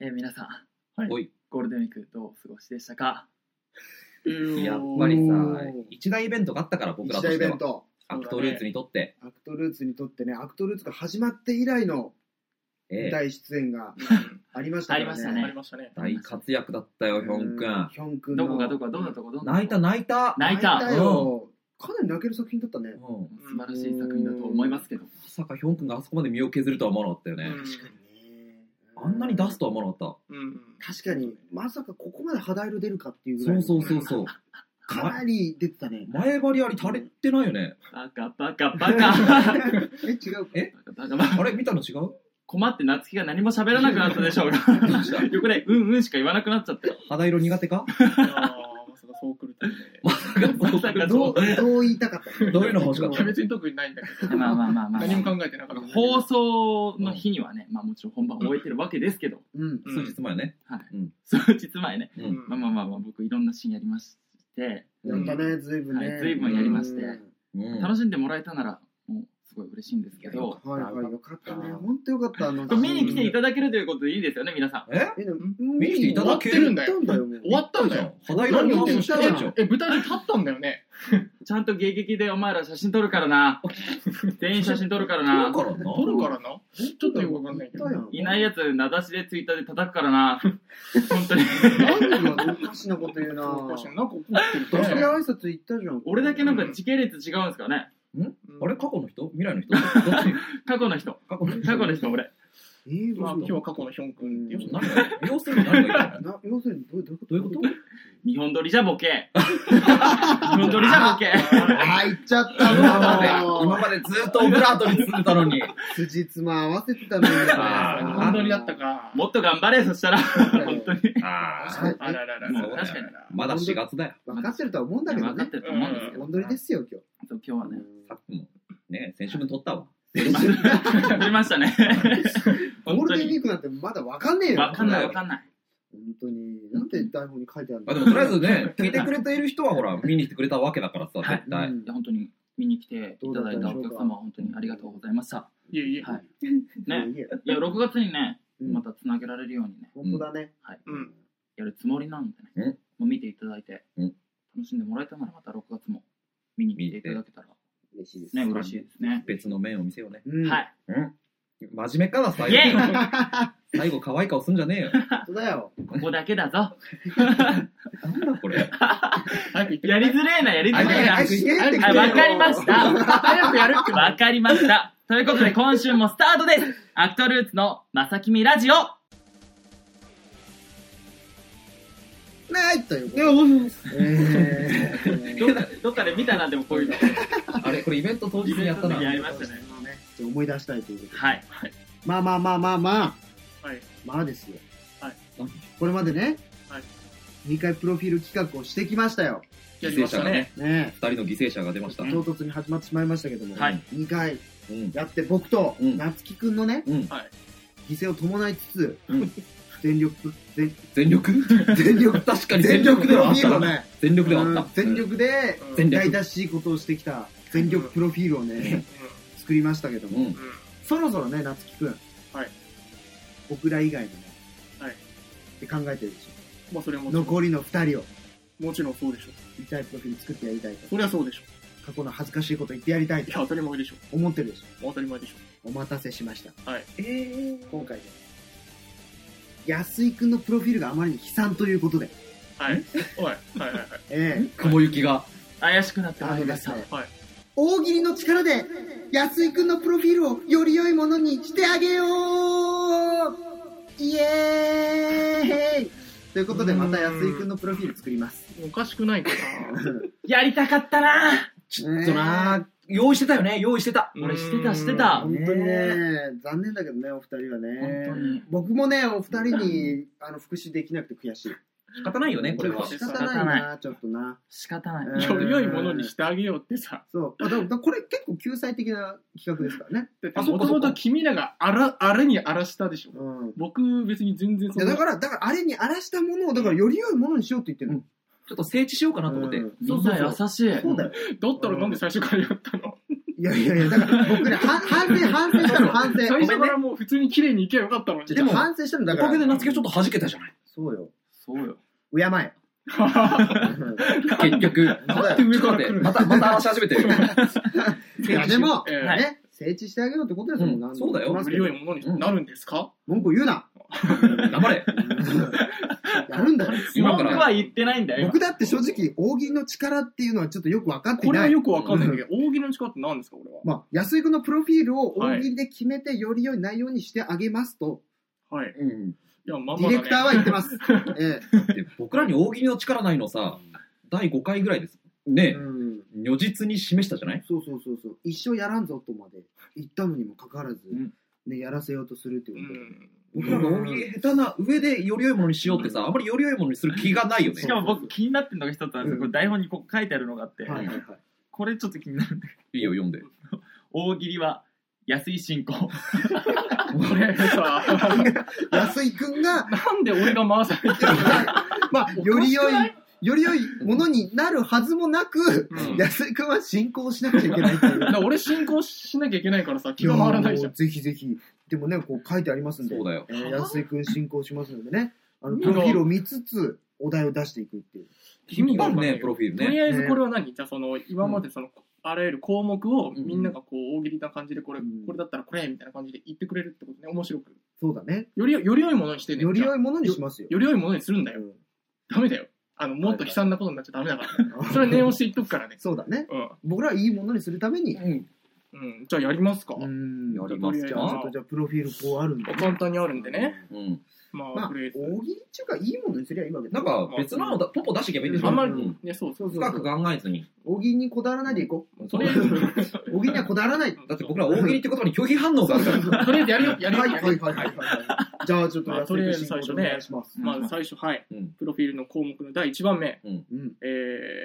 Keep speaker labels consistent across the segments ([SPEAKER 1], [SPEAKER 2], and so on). [SPEAKER 1] えー皆さん、
[SPEAKER 2] はい
[SPEAKER 3] おい
[SPEAKER 1] ゴールデンウィークどうお過ごしでしたか
[SPEAKER 3] やっぱりさ
[SPEAKER 2] うん
[SPEAKER 3] 一大イベントがあったから僕ら
[SPEAKER 2] 一
[SPEAKER 3] と
[SPEAKER 2] 大
[SPEAKER 3] し
[SPEAKER 2] イ
[SPEAKER 3] て
[SPEAKER 2] ベ
[SPEAKER 3] は
[SPEAKER 2] ント
[SPEAKER 3] アクトルーツにとって、
[SPEAKER 2] アクトルーツにとってねアクトルーツが始まって以来の
[SPEAKER 3] え
[SPEAKER 2] 舞
[SPEAKER 3] え
[SPEAKER 2] 台出演がありましたか
[SPEAKER 1] あ
[SPEAKER 2] らね
[SPEAKER 1] りました
[SPEAKER 4] あ
[SPEAKER 1] ね
[SPEAKER 4] りましたね。
[SPEAKER 3] 大活躍だったよヒョン君
[SPEAKER 2] ヒョン君の
[SPEAKER 1] どこがどこがどんなとこどんなとこ
[SPEAKER 3] 泣いた泣いた
[SPEAKER 1] 泣いた
[SPEAKER 2] よかなり泣ける作品だったね
[SPEAKER 3] うん
[SPEAKER 1] 素晴らしい作品だと思いますけど
[SPEAKER 3] まさかヒョン君があそこまで身を削るとは思わなかったよね、
[SPEAKER 4] うん
[SPEAKER 3] あんなに出すとは思わなかっ
[SPEAKER 4] うん。
[SPEAKER 2] 確かにまさかここまで肌色出るかっていう
[SPEAKER 3] た
[SPEAKER 2] ぐら
[SPEAKER 3] そ
[SPEAKER 2] いうの
[SPEAKER 3] そうそうそう
[SPEAKER 2] かなり出てたね
[SPEAKER 3] 前張りあり足りてないよね
[SPEAKER 1] バカバカバカ
[SPEAKER 2] え違うか
[SPEAKER 3] え
[SPEAKER 1] バカバカ
[SPEAKER 3] あれ見たの違う
[SPEAKER 1] 困って夏希が何も喋らなくなったでしょう が
[SPEAKER 3] どうした
[SPEAKER 1] 横でうんうんしか言わなくなっちゃったよ
[SPEAKER 3] 肌色苦手か
[SPEAKER 4] ああ、まさかそう来るとはね。
[SPEAKER 1] まさか
[SPEAKER 2] ど
[SPEAKER 1] そう
[SPEAKER 2] どう言いたかっ た
[SPEAKER 3] どういうの欲しかった
[SPEAKER 4] いや別に特にないんだけど。
[SPEAKER 1] まあまあまあまあ
[SPEAKER 4] 何も考えてなかった。
[SPEAKER 1] 放送の日にはね、まあ、もちろん本番を終えてるわけですけど、
[SPEAKER 2] うん
[SPEAKER 4] う
[SPEAKER 3] 数
[SPEAKER 4] ん
[SPEAKER 3] 日前ね
[SPEAKER 1] 数日前ね、
[SPEAKER 3] うん
[SPEAKER 1] まあまあまあまあ僕いろんなシーンやりまして、
[SPEAKER 2] やったねずいぶん
[SPEAKER 1] は
[SPEAKER 2] ね
[SPEAKER 1] い随分やりまして
[SPEAKER 2] うん
[SPEAKER 3] うん
[SPEAKER 1] 楽しんでもらえたならもうすごい嬉しいんですけど、
[SPEAKER 2] はいはいよかったね本当よかったあの
[SPEAKER 1] これ見に来ていただけるということでいいですよね皆さ
[SPEAKER 3] え
[SPEAKER 2] えでも
[SPEAKER 3] 見に来ていただける
[SPEAKER 2] 見に行ったんだよもう
[SPEAKER 4] 終わったんだ
[SPEAKER 3] じゃ
[SPEAKER 4] よ。
[SPEAKER 3] ん肌色に
[SPEAKER 2] 何
[SPEAKER 3] 似て
[SPEAKER 2] を
[SPEAKER 3] るの
[SPEAKER 2] 言って
[SPEAKER 3] 知っ
[SPEAKER 2] たの
[SPEAKER 3] てるでしょ
[SPEAKER 4] え、舞台で立ったんだよね。
[SPEAKER 1] んちゃんと迎撃でお前ら写真撮るから な全員写真撮るからな
[SPEAKER 3] 撮るからな
[SPEAKER 4] 撮るからな。ちょっとよくわかんないけど。
[SPEAKER 1] いないやつ名指しでツイッターで叩くからな本当に
[SPEAKER 2] なんだよおかしなこと言うな
[SPEAKER 4] おかしいななんか怒って
[SPEAKER 2] ド
[SPEAKER 4] る
[SPEAKER 2] スケ
[SPEAKER 4] ね。
[SPEAKER 2] 挨拶行ったじゃん
[SPEAKER 1] 俺だけなんか時系列違うんですかね
[SPEAKER 3] あれ過去の人未来の人どっち
[SPEAKER 1] 過去の人
[SPEAKER 3] 過去の人
[SPEAKER 1] 過去の人俺
[SPEAKER 2] えー
[SPEAKER 4] まあ、今日
[SPEAKER 2] 嘘
[SPEAKER 4] は過去のヒョン君っていう。
[SPEAKER 3] 何が美容するの何がいい
[SPEAKER 2] だ
[SPEAKER 3] の
[SPEAKER 2] な要するにどうどういうこと
[SPEAKER 3] どういうこと
[SPEAKER 1] 日本撮りじゃボケ日本撮りじゃボケ
[SPEAKER 2] あー、行っちゃった
[SPEAKER 3] 今
[SPEAKER 2] の
[SPEAKER 3] までずっとオブラートに包んでたのに
[SPEAKER 2] 辻褄合わせてたのに。
[SPEAKER 3] あー
[SPEAKER 4] 本当にだったか。
[SPEAKER 1] もっと頑張れそしたら本当に
[SPEAKER 3] あ
[SPEAKER 2] ー
[SPEAKER 4] あららら
[SPEAKER 3] も
[SPEAKER 4] ら。
[SPEAKER 3] う
[SPEAKER 4] 確かに
[SPEAKER 3] まだ4月だよ
[SPEAKER 2] 分かってるとは思うんだけど
[SPEAKER 1] 分かっ
[SPEAKER 2] ね
[SPEAKER 1] て。ると思うんですけど
[SPEAKER 2] 本当にですよ、今
[SPEAKER 1] そう今日はね
[SPEAKER 3] さっきもね先週分撮ったわ
[SPEAKER 1] 撮りましたね
[SPEAKER 2] 日。ゴ
[SPEAKER 1] 本
[SPEAKER 2] ー
[SPEAKER 1] 当
[SPEAKER 2] ルデンウィ
[SPEAKER 1] に
[SPEAKER 2] ークなんてまだ分かんねえよ。
[SPEAKER 1] わかんないわかんない
[SPEAKER 2] 本当に。なんで台本に書いてあるの
[SPEAKER 3] あでもとりあえずね聞いてくれている人はほら見に来てくれたわけだからさ絶
[SPEAKER 2] う
[SPEAKER 3] 対
[SPEAKER 2] ん
[SPEAKER 1] いや本当に見に来ていただいたお客様は本当にありがとうございました。
[SPEAKER 4] いえいえ。
[SPEAKER 1] はい。
[SPEAKER 2] ね
[SPEAKER 1] ね、いや6月にね、
[SPEAKER 2] うん
[SPEAKER 1] またつなげられるようにね、
[SPEAKER 2] 本当だね。
[SPEAKER 1] はい、
[SPEAKER 4] うん。
[SPEAKER 1] やるつもりなんで
[SPEAKER 3] うん
[SPEAKER 1] ね、もう見ていただいて、
[SPEAKER 3] うん
[SPEAKER 1] 楽しんでもらえたならまた6月も見に来ていただけたら
[SPEAKER 2] 嬉しいです。
[SPEAKER 1] ね嬉しいですね。
[SPEAKER 3] 別の面を見せようね
[SPEAKER 2] うん。
[SPEAKER 1] は
[SPEAKER 2] 本
[SPEAKER 1] い、
[SPEAKER 3] うん真面目から最
[SPEAKER 1] イエ
[SPEAKER 3] 後最後可愛い顔すんじゃねえよ
[SPEAKER 2] 当だよ。
[SPEAKER 1] ここだけだぞ。
[SPEAKER 3] なんだこれ
[SPEAKER 4] 早く行っ て
[SPEAKER 1] やりづれえなやりづ
[SPEAKER 3] あ
[SPEAKER 1] れえな。
[SPEAKER 3] 早
[SPEAKER 1] は
[SPEAKER 3] く
[SPEAKER 1] い
[SPEAKER 2] は
[SPEAKER 1] わ
[SPEAKER 2] い
[SPEAKER 1] かりまし。た。
[SPEAKER 4] 早くやるって。
[SPEAKER 1] わかりました。ということで今週もスタートです。アクトルーツのまさきみラジオ。
[SPEAKER 2] ないということで。えー
[SPEAKER 1] どっかどっかで見たなでもこういうの。
[SPEAKER 3] あれこれイベント当日にやったな
[SPEAKER 1] イベントの時やりましたね。
[SPEAKER 2] ちょっと思い出したいということで。
[SPEAKER 1] はい。
[SPEAKER 2] まあまあまあまあまあ。
[SPEAKER 4] はい。
[SPEAKER 2] まあですよ。
[SPEAKER 4] はい。
[SPEAKER 2] これまでね、
[SPEAKER 4] はい。
[SPEAKER 2] 2回プロフィール企画をしてきましたよ。
[SPEAKER 4] や
[SPEAKER 3] 犠牲
[SPEAKER 4] りまし
[SPEAKER 3] 者
[SPEAKER 4] た
[SPEAKER 3] が
[SPEAKER 4] ね。
[SPEAKER 3] ね
[SPEAKER 2] ね
[SPEAKER 3] 2人の犠牲者が出ました
[SPEAKER 2] え。
[SPEAKER 3] う
[SPEAKER 2] 唐突に始まってしまいましたけども、
[SPEAKER 1] はい
[SPEAKER 2] 2回
[SPEAKER 3] ん
[SPEAKER 2] やって僕と
[SPEAKER 3] うん
[SPEAKER 2] 夏希くんのね、
[SPEAKER 3] うん
[SPEAKER 4] はい
[SPEAKER 2] 犠牲を伴いつつ、
[SPEAKER 3] うん
[SPEAKER 2] 全力、全
[SPEAKER 3] 全力
[SPEAKER 2] 全力、
[SPEAKER 3] 確かに
[SPEAKER 2] 全
[SPEAKER 3] 全力
[SPEAKER 2] 力プ
[SPEAKER 3] で
[SPEAKER 2] ロ
[SPEAKER 3] は
[SPEAKER 2] フ
[SPEAKER 3] あっ
[SPEAKER 2] ィール
[SPEAKER 3] た
[SPEAKER 2] を
[SPEAKER 3] な
[SPEAKER 2] ね、
[SPEAKER 3] 全力ではあ
[SPEAKER 2] う
[SPEAKER 3] った
[SPEAKER 2] ん全力で
[SPEAKER 4] うん
[SPEAKER 3] 全力
[SPEAKER 2] 大出しいことをしてきた全力プロフィールをね、作りましたけど
[SPEAKER 3] う
[SPEAKER 2] も、
[SPEAKER 3] ん
[SPEAKER 4] う
[SPEAKER 2] そろそろね、夏希くん。
[SPEAKER 4] はい。
[SPEAKER 2] 僕ら以外のね。
[SPEAKER 4] はい
[SPEAKER 2] って考えてるでし
[SPEAKER 4] ん。まあ、それ
[SPEAKER 2] ょ。
[SPEAKER 4] も。
[SPEAKER 2] 残りの2人を、
[SPEAKER 4] もちろんそうでしょ。
[SPEAKER 2] 見たいプロフィール作ってやりたいと。
[SPEAKER 4] そりゃそうでしょ。
[SPEAKER 2] 過去の恥ずかしいこと言ってやりたい
[SPEAKER 4] いや、
[SPEAKER 2] と
[SPEAKER 4] 当たり前でしょ。
[SPEAKER 2] 思ってるでしょ。
[SPEAKER 4] 当たり前でしょ。
[SPEAKER 2] お待たせしました。
[SPEAKER 4] はい。
[SPEAKER 2] ええ今回で。安井くんのプロフィールがあまりに悲惨ということで。
[SPEAKER 4] はい。おい。はいはいはい。
[SPEAKER 2] え
[SPEAKER 3] 雲行きが
[SPEAKER 1] 怪しくなっ
[SPEAKER 2] え
[SPEAKER 1] てまいりました。
[SPEAKER 4] はい。
[SPEAKER 2] 大喜利の力で、安井くんのプロフィールをより良いものにしてあげようイエーイということで、また安井くんのプロフィール作ります。
[SPEAKER 4] おかしくないかな。
[SPEAKER 1] やりたかったな
[SPEAKER 2] ち
[SPEAKER 3] ちょっとなー用意してたよね用意してた
[SPEAKER 1] 俺してたしてた
[SPEAKER 2] 本当にね、残念だけどね、お二人はね。
[SPEAKER 1] 本当に
[SPEAKER 2] 僕もね、お二人にあの復習できなくて悔しい。
[SPEAKER 3] 仕方ないよねこれは
[SPEAKER 2] 仕方ないな、ちょっとな。
[SPEAKER 1] 仕方ない。
[SPEAKER 2] うん
[SPEAKER 4] より良いものにしてあげようってさ。
[SPEAKER 2] そう。あでもこれ結構救済的な企画ですからね。
[SPEAKER 4] だって
[SPEAKER 3] あそっ
[SPEAKER 4] も
[SPEAKER 3] か
[SPEAKER 4] と
[SPEAKER 3] そっか
[SPEAKER 4] もと君らがあら、あれに荒らしたでしょ。
[SPEAKER 2] うん。
[SPEAKER 4] 僕、別に全然
[SPEAKER 2] い
[SPEAKER 4] そ
[SPEAKER 2] や
[SPEAKER 4] んな
[SPEAKER 2] だから、だからあれに荒らしたものを、だからより良いものにしようって言ってるの。
[SPEAKER 3] ちょっと整地しようかなと思って
[SPEAKER 2] うん
[SPEAKER 1] みんな優しい。
[SPEAKER 2] そうだよ。
[SPEAKER 4] だったらなんで最初からやったの
[SPEAKER 2] いやいやいや、だから僕ね、は反省、反省したの、反省。
[SPEAKER 4] 最初からもう普通に綺麗にいけばよかったのに。
[SPEAKER 2] でも反省したのだ
[SPEAKER 3] お
[SPEAKER 2] から。
[SPEAKER 3] かげで夏希ちょっと弾けたじゃない。
[SPEAKER 2] そうよ。
[SPEAKER 1] そうよ。
[SPEAKER 2] 敬え。
[SPEAKER 3] 結局。
[SPEAKER 2] そう
[SPEAKER 4] 上から来る
[SPEAKER 3] また、また話し始めてる。
[SPEAKER 2] いやでも、
[SPEAKER 4] ええ
[SPEAKER 1] はい
[SPEAKER 2] ね、整地してあげろってことですもん、
[SPEAKER 3] うん
[SPEAKER 2] 何度も言ってますけ
[SPEAKER 4] 無理
[SPEAKER 2] ど
[SPEAKER 4] 良いものになるんですか
[SPEAKER 2] 文句を言うな。
[SPEAKER 3] 頑張れ。
[SPEAKER 2] やるんだよ。
[SPEAKER 3] 今か
[SPEAKER 1] 文
[SPEAKER 3] ら
[SPEAKER 1] 句は言ってないんだよ。
[SPEAKER 2] 僕だって正直、大喜利の力っていうのはちょっとよく分かってい
[SPEAKER 4] これ
[SPEAKER 2] な。
[SPEAKER 4] はいよくわかんないけど、大喜利の力って何ですか、これは。
[SPEAKER 2] まあ、安井君のプロフィールを大喜利で決めて、より良い内容にしてあげますと、
[SPEAKER 4] はい。
[SPEAKER 3] うん。
[SPEAKER 4] いや、まん
[SPEAKER 2] デ
[SPEAKER 4] ま
[SPEAKER 2] ィ
[SPEAKER 4] だ
[SPEAKER 2] レ
[SPEAKER 4] ね
[SPEAKER 2] クターは言ってます。え
[SPEAKER 3] で僕らに大喜利の力ないのさ、第5回ぐらいです。ね
[SPEAKER 2] え
[SPEAKER 3] え
[SPEAKER 2] うん
[SPEAKER 3] 如実に示したじゃない
[SPEAKER 2] そうそうそうそう。一生やらんぞとまで言ったのにもかかわらず
[SPEAKER 1] ん、
[SPEAKER 2] ね、やらせようとするっていううこと
[SPEAKER 3] 僕
[SPEAKER 2] で。
[SPEAKER 4] ん。
[SPEAKER 3] らが大喜利下手な上でより良いものにしようってさ、あまりより良いものにする気がないよね
[SPEAKER 1] し。かも僕気になってるのが一つあるんですよ。これ台本にこう書いてあるのがあって、
[SPEAKER 2] はいはいはい。
[SPEAKER 1] これちょっと気になるんだけ
[SPEAKER 3] いいよ、読んで。
[SPEAKER 1] ど、大喜利は安い進行。
[SPEAKER 4] これさ、
[SPEAKER 2] 安井君が、
[SPEAKER 4] なんで俺が回されてる
[SPEAKER 2] まあ、より良い、より良いものになるはずもなく、
[SPEAKER 4] うん
[SPEAKER 2] 安井君は進行しなくちゃいけないっていう。
[SPEAKER 4] だから俺進行しなきゃいけないからさ、気が回らないじゃん。
[SPEAKER 2] ぜひぜひ。でもね、こう書いてありますんで、
[SPEAKER 3] そうだよ
[SPEAKER 2] えー安井くん進行しますのでね、あの、
[SPEAKER 4] うん
[SPEAKER 2] プロフィールを見つつ、お題を出していくっていう。
[SPEAKER 3] 引っ張る
[SPEAKER 4] 意味がわかんな
[SPEAKER 3] ね、
[SPEAKER 4] い
[SPEAKER 3] プロフィール
[SPEAKER 4] と
[SPEAKER 3] ね。
[SPEAKER 4] りあえずこれは何じゃあその、今までその、あらゆる項目をみんながこう、大喜利な感じで、これ、
[SPEAKER 2] うん
[SPEAKER 4] これだったらこれ、みたいな感じで言ってくれるってことね、面白く。
[SPEAKER 2] そうだね。
[SPEAKER 4] よりよ、より良いものにしてね。
[SPEAKER 2] より
[SPEAKER 4] じゃ
[SPEAKER 2] 良
[SPEAKER 4] あ
[SPEAKER 2] いものにしますよ。
[SPEAKER 4] より良いものにするんだよ。
[SPEAKER 2] うん
[SPEAKER 4] ダメだよ。あの、もっと悲惨なことになっちゃダメだから。それは念押して言っとくからね。
[SPEAKER 2] そうだね。
[SPEAKER 4] うん。
[SPEAKER 2] 僕らはいいものにするために、
[SPEAKER 3] うん。
[SPEAKER 4] うん。じゃあやりますか。
[SPEAKER 2] うん
[SPEAKER 3] やります
[SPEAKER 2] じゃあ、ちょ
[SPEAKER 3] か
[SPEAKER 2] っと。じゃあ、プロフィールこうあるんで。
[SPEAKER 4] 簡単にあるんでね。
[SPEAKER 3] うん。
[SPEAKER 4] ま
[SPEAKER 2] ま
[SPEAKER 4] あ、
[SPEAKER 2] あ、大
[SPEAKER 4] と
[SPEAKER 2] 喜
[SPEAKER 4] りあ
[SPEAKER 2] 利
[SPEAKER 4] え
[SPEAKER 2] って
[SPEAKER 4] ず。
[SPEAKER 2] いうか、いいものにすりゃいいわけ
[SPEAKER 3] な
[SPEAKER 2] だ
[SPEAKER 3] んか別なのだ、ポポ出していけばいいんでしょ
[SPEAKER 4] あんまり
[SPEAKER 3] うん
[SPEAKER 4] ね、そうそう。
[SPEAKER 2] そうそう
[SPEAKER 3] 深
[SPEAKER 2] そ
[SPEAKER 3] く
[SPEAKER 2] う。
[SPEAKER 3] 考えずに。
[SPEAKER 2] 大喜利にこだわらないでいこう。
[SPEAKER 4] とりあえず、
[SPEAKER 2] 大喜利にはこだわらない。
[SPEAKER 3] だって僕ら大喜利って言葉に拒否反応があるから。
[SPEAKER 4] とりあえずやるよ、やるよ。
[SPEAKER 2] はい
[SPEAKER 4] や
[SPEAKER 2] はい
[SPEAKER 4] るよ
[SPEAKER 2] はいはいはい。じゃあ、ちょっと安井くん進行お願いします。
[SPEAKER 4] まず最初、はい。
[SPEAKER 3] うん。
[SPEAKER 4] プロフィールの項目の第1番目。
[SPEAKER 2] うん。
[SPEAKER 4] えー、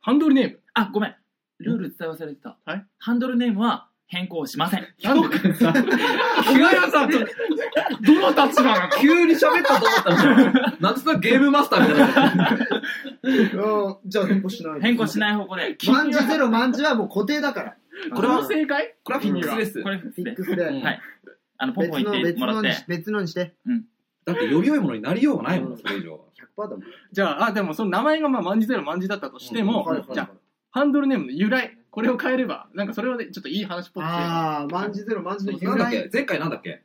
[SPEAKER 4] ハンドルネーム。
[SPEAKER 1] あ、ごめん。ルール伝え忘れてた。
[SPEAKER 4] はい
[SPEAKER 1] ハンドルネームは変更しません。
[SPEAKER 4] なんで
[SPEAKER 3] さ、急にさ、
[SPEAKER 4] どの立場なの
[SPEAKER 3] 急に喋ったと思ったら、なんつったらゲームマスターみたいになってる。
[SPEAKER 2] うんじゃあ変更しない。
[SPEAKER 1] 変更しない方向で。
[SPEAKER 2] い。万事ゼロ万事はもう固定だから。
[SPEAKER 4] これは正解
[SPEAKER 3] これはフィックスです。
[SPEAKER 1] これ普
[SPEAKER 2] フ
[SPEAKER 1] 通
[SPEAKER 2] ィッ
[SPEAKER 1] で
[SPEAKER 2] ク。スで。
[SPEAKER 3] うん
[SPEAKER 1] はい。あの、ポンポン
[SPEAKER 2] 別の、
[SPEAKER 1] 言って
[SPEAKER 2] 別
[SPEAKER 1] もら
[SPEAKER 2] の
[SPEAKER 1] っ
[SPEAKER 2] に
[SPEAKER 1] て
[SPEAKER 2] し。、別のにして。
[SPEAKER 3] だってより良いものになりようがないもん、それ以上は。
[SPEAKER 2] 100%だもん。
[SPEAKER 4] じゃあ、あ、でもその名前がまあ、万事ゼロ万事だったとしても、
[SPEAKER 2] はいはいはい
[SPEAKER 4] じゃあ、ハンドルネームの由来、これを変えれば、なんかそれはね、ちょっといい話っぽくて、
[SPEAKER 2] ああ、万事ゼロ万事の由
[SPEAKER 3] なんだっ
[SPEAKER 2] 来
[SPEAKER 3] け。前回なんだっけ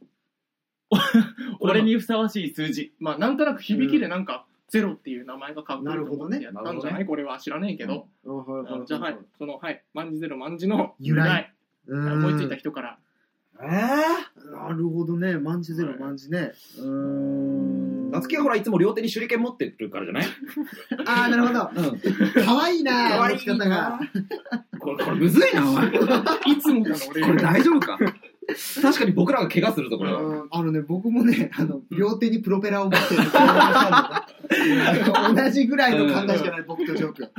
[SPEAKER 1] 俺にふさわしい数 字。
[SPEAKER 4] まあ、なんとなく響きでなんか、ゼロっていう名前がかっこいいと思ってやっ
[SPEAKER 3] なるほどね
[SPEAKER 4] たんじゃない、これは知らねえけど。
[SPEAKER 2] うんはいはい
[SPEAKER 4] あ
[SPEAKER 2] は
[SPEAKER 4] の
[SPEAKER 2] い
[SPEAKER 4] じゃあ、はい、その、はい、万事ゼロ万事の
[SPEAKER 2] 由
[SPEAKER 4] 由
[SPEAKER 2] 来
[SPEAKER 4] 来、
[SPEAKER 2] うん
[SPEAKER 4] 思いついた人から、
[SPEAKER 3] えぇ
[SPEAKER 2] なるほどね。万事ゼロ万事ね。うーん。
[SPEAKER 3] 夏希はほら、いつも両手に手裏剣持ってるからじゃない
[SPEAKER 2] ああ、なるほど。
[SPEAKER 3] うん。
[SPEAKER 2] かわいいな、
[SPEAKER 3] 可愛い
[SPEAKER 2] 持ち方が。
[SPEAKER 3] これ、これむずいな、お前。こ
[SPEAKER 4] いつもの俺
[SPEAKER 3] れ大丈夫か確かに僕らが怪我するぞ、これは。
[SPEAKER 2] うんあのね、僕もね、あの、両手にプロペラを持ってる。同じぐらいの考えしかない、僕とジョー君。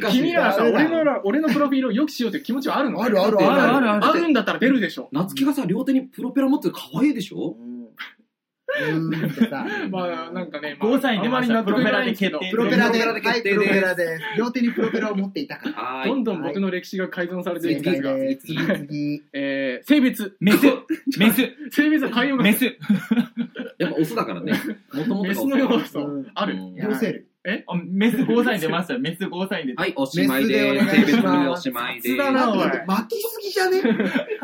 [SPEAKER 3] 難しい。
[SPEAKER 4] 君らは
[SPEAKER 2] ダ
[SPEAKER 4] さ、
[SPEAKER 2] メだ
[SPEAKER 4] 俺のら、俺のプロフィールを良くしようという気持ちはあるの
[SPEAKER 2] あるあるあ
[SPEAKER 4] ある
[SPEAKER 2] る
[SPEAKER 4] あるある。あるんだったら出るでしょ。
[SPEAKER 3] 夏希がさ、両手にプロペラ持ってる可愛いでしょ
[SPEAKER 2] うん。うーんってさ。
[SPEAKER 4] まあ、なんかね、まあ、
[SPEAKER 1] 5歳に出ました。プロペラで決定。
[SPEAKER 2] プロペラで、
[SPEAKER 3] プロペラで
[SPEAKER 2] はい、
[SPEAKER 3] 決
[SPEAKER 2] プ
[SPEAKER 3] 定です
[SPEAKER 2] ロペラで、両手にプロペラを持っていたから。
[SPEAKER 3] は
[SPEAKER 4] ど
[SPEAKER 3] ーい。
[SPEAKER 4] んどん僕の歴史が改ざんされてい
[SPEAKER 2] 正
[SPEAKER 4] くんです
[SPEAKER 2] 解
[SPEAKER 4] が、
[SPEAKER 2] です。次、次。
[SPEAKER 4] えー、性別。
[SPEAKER 1] メス、メス、
[SPEAKER 4] 性別は変えようが
[SPEAKER 1] メス。
[SPEAKER 3] やっぱオスだ からね。もともと
[SPEAKER 4] メスの要素
[SPEAKER 2] うん
[SPEAKER 4] ある。
[SPEAKER 3] うん
[SPEAKER 2] 両生類。
[SPEAKER 1] あメス5歳に出ましたよ。メス5歳に出た。
[SPEAKER 3] はい、おしまいで
[SPEAKER 2] メ
[SPEAKER 3] ー
[SPEAKER 2] ス
[SPEAKER 3] す。
[SPEAKER 2] でお願いし
[SPEAKER 3] 性
[SPEAKER 2] ま
[SPEAKER 3] 別分類おしま
[SPEAKER 2] す
[SPEAKER 3] いで
[SPEAKER 4] 雑だ
[SPEAKER 3] ー
[SPEAKER 4] な
[SPEAKER 3] す。
[SPEAKER 2] あと
[SPEAKER 4] おい
[SPEAKER 2] 巻きすぎじゃね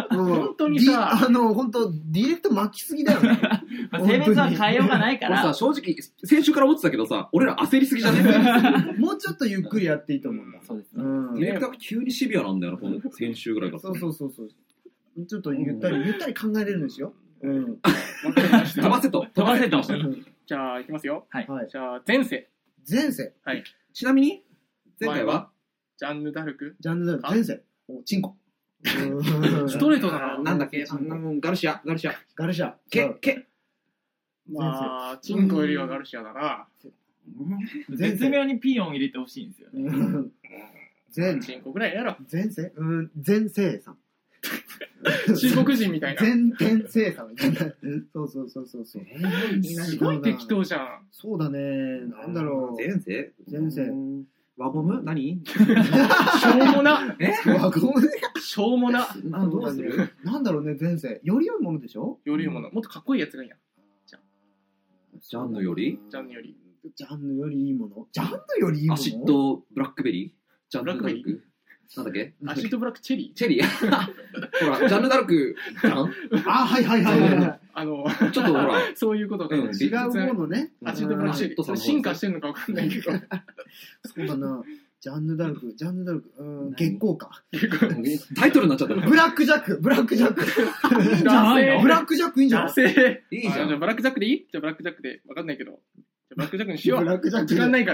[SPEAKER 2] 本
[SPEAKER 4] 本当にさ
[SPEAKER 2] あの、本当ディレクト巻きすぎだよね。
[SPEAKER 1] まあ性別は変えようがないか
[SPEAKER 3] 俺さ、
[SPEAKER 1] ら。
[SPEAKER 3] 正直、先週から思ってたけどさ、俺ら焦りすぎじゃね
[SPEAKER 2] もうちょっとゆっくりやっていいと思うんだ。
[SPEAKER 1] そうです
[SPEAKER 2] う
[SPEAKER 1] ね。
[SPEAKER 3] ディレ
[SPEAKER 2] ん。
[SPEAKER 3] クターが急にシビアなんだよな、この先週ぐらいから。
[SPEAKER 2] そうそうそうそう。ちょっとゆったり、ゆったり考えれるんですよ。うん。
[SPEAKER 4] わかりまし
[SPEAKER 3] 飛ば
[SPEAKER 4] た。
[SPEAKER 3] せと。
[SPEAKER 1] 飛ばせと。
[SPEAKER 4] じゃあ、いきますよ。
[SPEAKER 2] はい。
[SPEAKER 4] じゃあ、前世。
[SPEAKER 2] 前世。
[SPEAKER 3] ちなみに、前回は、
[SPEAKER 4] ジャンヌ・ダルク。
[SPEAKER 2] ジャンルだよ。前世。お、チンコ。うん
[SPEAKER 4] ストレートだな。
[SPEAKER 3] なんだっけあうんガルシア、ガルシア。
[SPEAKER 2] ガルシャ。
[SPEAKER 3] け、け。
[SPEAKER 4] まあ、チンコよりはガルシアだな。
[SPEAKER 2] 前
[SPEAKER 1] 絶
[SPEAKER 2] 世。
[SPEAKER 1] 妙にピーヨン入れてほしいんですよね。
[SPEAKER 2] うん前、
[SPEAKER 4] チンコぐらいやろ。
[SPEAKER 2] 前世うん、前世さん。
[SPEAKER 4] 中国人みたいな。
[SPEAKER 2] 全天生さんそうそうそうそうそう。
[SPEAKER 4] すごい適当じゃん。
[SPEAKER 2] そうだね。なんだろう。
[SPEAKER 3] 前世
[SPEAKER 2] 前世。
[SPEAKER 3] 輪ゴム何
[SPEAKER 4] しょうも な、
[SPEAKER 2] 輪ゴムね
[SPEAKER 4] しょうもな、
[SPEAKER 3] などうする
[SPEAKER 2] なんだろうね、前世。より良いものでしょ
[SPEAKER 4] よりもの、もっとかっこいいやつがいいやん。
[SPEAKER 3] ジャンヌより
[SPEAKER 4] ジャンヌより。
[SPEAKER 2] ジャンヌよりいいものジャンヌよりいいも
[SPEAKER 3] ア
[SPEAKER 2] の
[SPEAKER 3] シッドブラックベリージャンヌダル
[SPEAKER 4] ブ
[SPEAKER 3] クなんだっけ
[SPEAKER 4] アシッドブラックチェリ
[SPEAKER 3] チェリー ほら、ジャンヌダルクじゃん
[SPEAKER 2] あ、はいはいはいはいは
[SPEAKER 4] ーあの、
[SPEAKER 3] ちょっとほら、
[SPEAKER 4] そういうことか
[SPEAKER 3] うん
[SPEAKER 4] ア
[SPEAKER 2] い。
[SPEAKER 4] シ
[SPEAKER 2] 違うものね。
[SPEAKER 4] ッドブラックチェリ
[SPEAKER 3] あー
[SPEAKER 4] ー。進化してんのかわかんないけど。
[SPEAKER 2] そうだな。ジャンヌ・ダルク、ジャンヌ・ダルク、うーん、
[SPEAKER 3] 何
[SPEAKER 2] 月光か。
[SPEAKER 3] タイトルになっちゃった
[SPEAKER 2] ブラック・ジャック、ブラック・ジャック。いいんじゃ
[SPEAKER 4] ダ
[SPEAKER 2] ない
[SPEAKER 4] セー
[SPEAKER 2] のブラック・ジャックいいんじゃない
[SPEAKER 4] 男性。
[SPEAKER 3] いい
[SPEAKER 4] い
[SPEAKER 3] じゃん。
[SPEAKER 4] ブラックジャックでいいじゃあブラックジャックで、わかんないけど。じゃあブラックジャックにしよ
[SPEAKER 2] ブ
[SPEAKER 4] う。
[SPEAKER 2] ラック・ジャック。
[SPEAKER 4] 時間ないか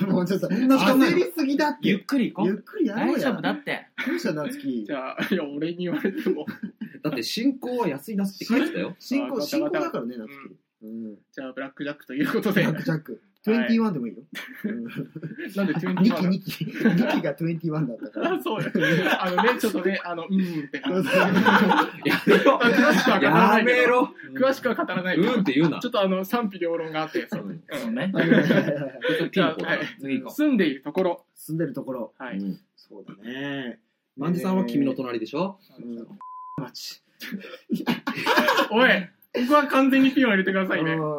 [SPEAKER 4] ら。
[SPEAKER 2] もうちょっと、
[SPEAKER 3] そんな時間ない
[SPEAKER 2] 焦りすぎだって。
[SPEAKER 1] ゆ
[SPEAKER 2] ゆ
[SPEAKER 1] っくり行こ
[SPEAKER 2] っ
[SPEAKER 1] う。
[SPEAKER 2] くりやろ
[SPEAKER 1] 大
[SPEAKER 2] う
[SPEAKER 1] 丈
[SPEAKER 2] や。
[SPEAKER 1] 夫だって。
[SPEAKER 2] どうしたなつき
[SPEAKER 4] じ。ゃあ、いや、俺に言われても。
[SPEAKER 3] だって進行は安いなって書いてたよ。
[SPEAKER 2] 進行、
[SPEAKER 4] あ
[SPEAKER 2] 進行
[SPEAKER 4] またま
[SPEAKER 2] だ
[SPEAKER 4] た
[SPEAKER 2] からね、なつき。うん。
[SPEAKER 4] じゃあ、ブラックジャックということ
[SPEAKER 2] ブ
[SPEAKER 4] で。
[SPEAKER 2] ラッ
[SPEAKER 4] なん
[SPEAKER 2] ク・
[SPEAKER 4] で
[SPEAKER 2] ジャック。
[SPEAKER 4] はい
[SPEAKER 2] 21でもいいよ。うんニキ、
[SPEAKER 4] 21
[SPEAKER 2] ニキ。ニキが21だった から。
[SPEAKER 4] あそうや。あのね、ちょっとね、あの、うんって
[SPEAKER 2] そ
[SPEAKER 4] 感
[SPEAKER 2] う
[SPEAKER 4] じ。
[SPEAKER 2] そう
[SPEAKER 3] やめろ
[SPEAKER 4] 詳しくは語ら
[SPEAKER 3] やめろ
[SPEAKER 4] ないけど。詳しくは語らないけど
[SPEAKER 3] うんって言うな
[SPEAKER 4] ちょ。っとあの、賛否両論があって、そう。
[SPEAKER 3] うん
[SPEAKER 1] そうね。
[SPEAKER 2] はいはいはいはい
[SPEAKER 4] じ
[SPEAKER 3] ピ
[SPEAKER 4] ゃ
[SPEAKER 3] ン
[SPEAKER 4] あ、
[SPEAKER 3] ポン
[SPEAKER 4] は
[SPEAKER 3] だ
[SPEAKER 4] い。
[SPEAKER 1] 次行こ
[SPEAKER 4] 住んでいるところ。
[SPEAKER 2] 住んでるところ。
[SPEAKER 4] は
[SPEAKER 3] う
[SPEAKER 4] い。
[SPEAKER 3] ん
[SPEAKER 2] そうだね。
[SPEAKER 3] 万次さんは君の隣でしょ
[SPEAKER 2] うん
[SPEAKER 4] おい、ここは完全にピンを入れてくださいね。
[SPEAKER 2] うん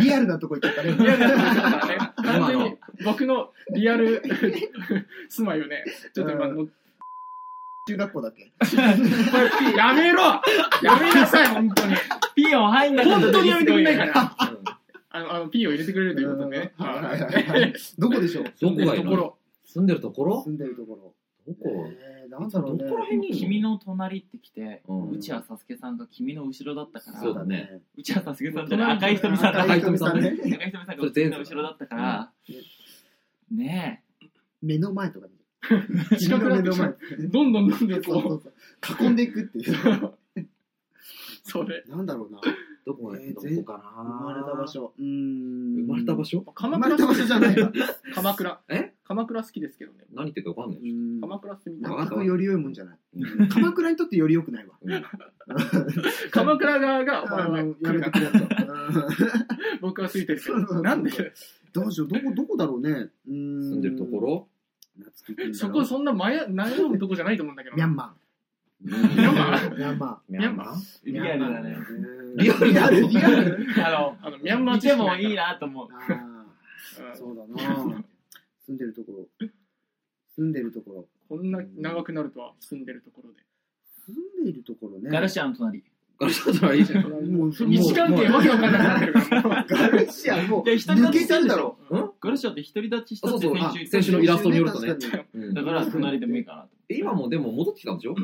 [SPEAKER 2] リアルなとこ行っちゃった ね。
[SPEAKER 4] リアルな話だからね。完全に僕のリアル 住まいをね、ちょっと今の、
[SPEAKER 2] 中学校だっけ
[SPEAKER 4] やめろやめなさい、本当に。
[SPEAKER 1] う。ピンを入んだから
[SPEAKER 4] 本当にやめてくれないか
[SPEAKER 1] す
[SPEAKER 4] ら。あの、あの、ピンを入れてくれるということでね。
[SPEAKER 2] うんはい
[SPEAKER 4] は
[SPEAKER 2] はい
[SPEAKER 4] い
[SPEAKER 2] はいはいどこでしょう
[SPEAKER 3] どこがいい
[SPEAKER 4] とこ
[SPEAKER 3] の
[SPEAKER 4] ろ。
[SPEAKER 3] 住んでるところ
[SPEAKER 2] 住んでるところ。
[SPEAKER 3] どこ
[SPEAKER 2] えーなんだろうね。
[SPEAKER 3] どこら辺
[SPEAKER 1] ごい君の隣ってきて、
[SPEAKER 3] うん
[SPEAKER 1] 内谷サスケさんが君の後ろだったから、
[SPEAKER 3] そうだね。
[SPEAKER 1] 内谷サスケさんじゃない、赤い瞳さんだ。
[SPEAKER 2] 赤
[SPEAKER 1] 赤
[SPEAKER 2] い
[SPEAKER 1] い
[SPEAKER 2] 瞳さんね。
[SPEAKER 1] 瞳さんが君の後ろだったから、ね
[SPEAKER 2] 目の前とかね。
[SPEAKER 4] 近くなって
[SPEAKER 2] 自分の
[SPEAKER 4] きた
[SPEAKER 2] 目の
[SPEAKER 4] どんどんどんど
[SPEAKER 2] 前。
[SPEAKER 4] ん
[SPEAKER 2] そう
[SPEAKER 4] こ
[SPEAKER 2] そうそう囲んでいくっていう。
[SPEAKER 4] う、それ。
[SPEAKER 2] なんだろうな。
[SPEAKER 3] どこが
[SPEAKER 2] えー
[SPEAKER 3] どこかな
[SPEAKER 2] 生まれた場。所。うーん。
[SPEAKER 3] 生まれた場
[SPEAKER 2] 所。
[SPEAKER 3] 所
[SPEAKER 2] 生
[SPEAKER 4] 鎌
[SPEAKER 2] まれ
[SPEAKER 4] 倉
[SPEAKER 2] た場所じゃないわ。
[SPEAKER 4] 鎌倉。
[SPEAKER 3] え
[SPEAKER 4] 鎌倉好きですけどね。
[SPEAKER 3] 何言ってるかわかんないでし
[SPEAKER 4] 鎌倉住みたい
[SPEAKER 3] わ
[SPEAKER 2] 全
[SPEAKER 3] かん
[SPEAKER 2] くより良いもんじゃない。
[SPEAKER 3] ょ
[SPEAKER 2] 鎌倉にとってより良くないわ。
[SPEAKER 3] うん
[SPEAKER 4] 鎌倉側が、ほら、
[SPEAKER 2] あ
[SPEAKER 4] お前
[SPEAKER 2] のや
[SPEAKER 4] 来る
[SPEAKER 2] めて
[SPEAKER 4] な
[SPEAKER 2] くれと。うん
[SPEAKER 4] 僕はついてるけ
[SPEAKER 2] そうそうそ
[SPEAKER 4] ど。
[SPEAKER 2] う
[SPEAKER 4] なんで
[SPEAKER 2] どうしよう、どこ、どこだろうね。うーん。
[SPEAKER 3] 住んでるところ
[SPEAKER 2] 夏木君だろう
[SPEAKER 4] そこ、そんな迷悩むとこじゃないと思うんだけど。
[SPEAKER 2] ミャンマ
[SPEAKER 3] ミ
[SPEAKER 4] ミャン
[SPEAKER 2] ー。
[SPEAKER 4] マ
[SPEAKER 2] ミャンマ
[SPEAKER 4] ミャンマー
[SPEAKER 1] え、リアルだね。
[SPEAKER 2] ー。
[SPEAKER 3] リアルだ
[SPEAKER 2] リアル。
[SPEAKER 1] あの、
[SPEAKER 4] あの、ミャンマー
[SPEAKER 1] 見
[SPEAKER 4] 知
[SPEAKER 1] て
[SPEAKER 4] 識な
[SPEAKER 1] も
[SPEAKER 4] から
[SPEAKER 1] いい。なと思う。
[SPEAKER 2] あ
[SPEAKER 4] うん
[SPEAKER 2] あ、そうだな。住んでるところ。住んでるところ。
[SPEAKER 4] こんな長くなるとは住んでるところで。
[SPEAKER 2] 住んでいるところね。
[SPEAKER 1] ガルシアの隣。
[SPEAKER 3] ガルシャドラいいじゃん。
[SPEAKER 2] もう、
[SPEAKER 4] 位置
[SPEAKER 2] も
[SPEAKER 4] 関係わけわかんなくなってるから。
[SPEAKER 2] うガルシア、もう、
[SPEAKER 1] いや一人立
[SPEAKER 2] 抜
[SPEAKER 1] ち
[SPEAKER 2] けてるだろ。
[SPEAKER 3] うん
[SPEAKER 1] ガルシアって独り立ちしたって
[SPEAKER 3] そうそうあ
[SPEAKER 1] 先週
[SPEAKER 3] 先週のイラストによるとね
[SPEAKER 2] 確かに
[SPEAKER 3] うん
[SPEAKER 1] だから隣でもいいかなと。
[SPEAKER 3] え今もでも戻ってきたんでしょ
[SPEAKER 4] う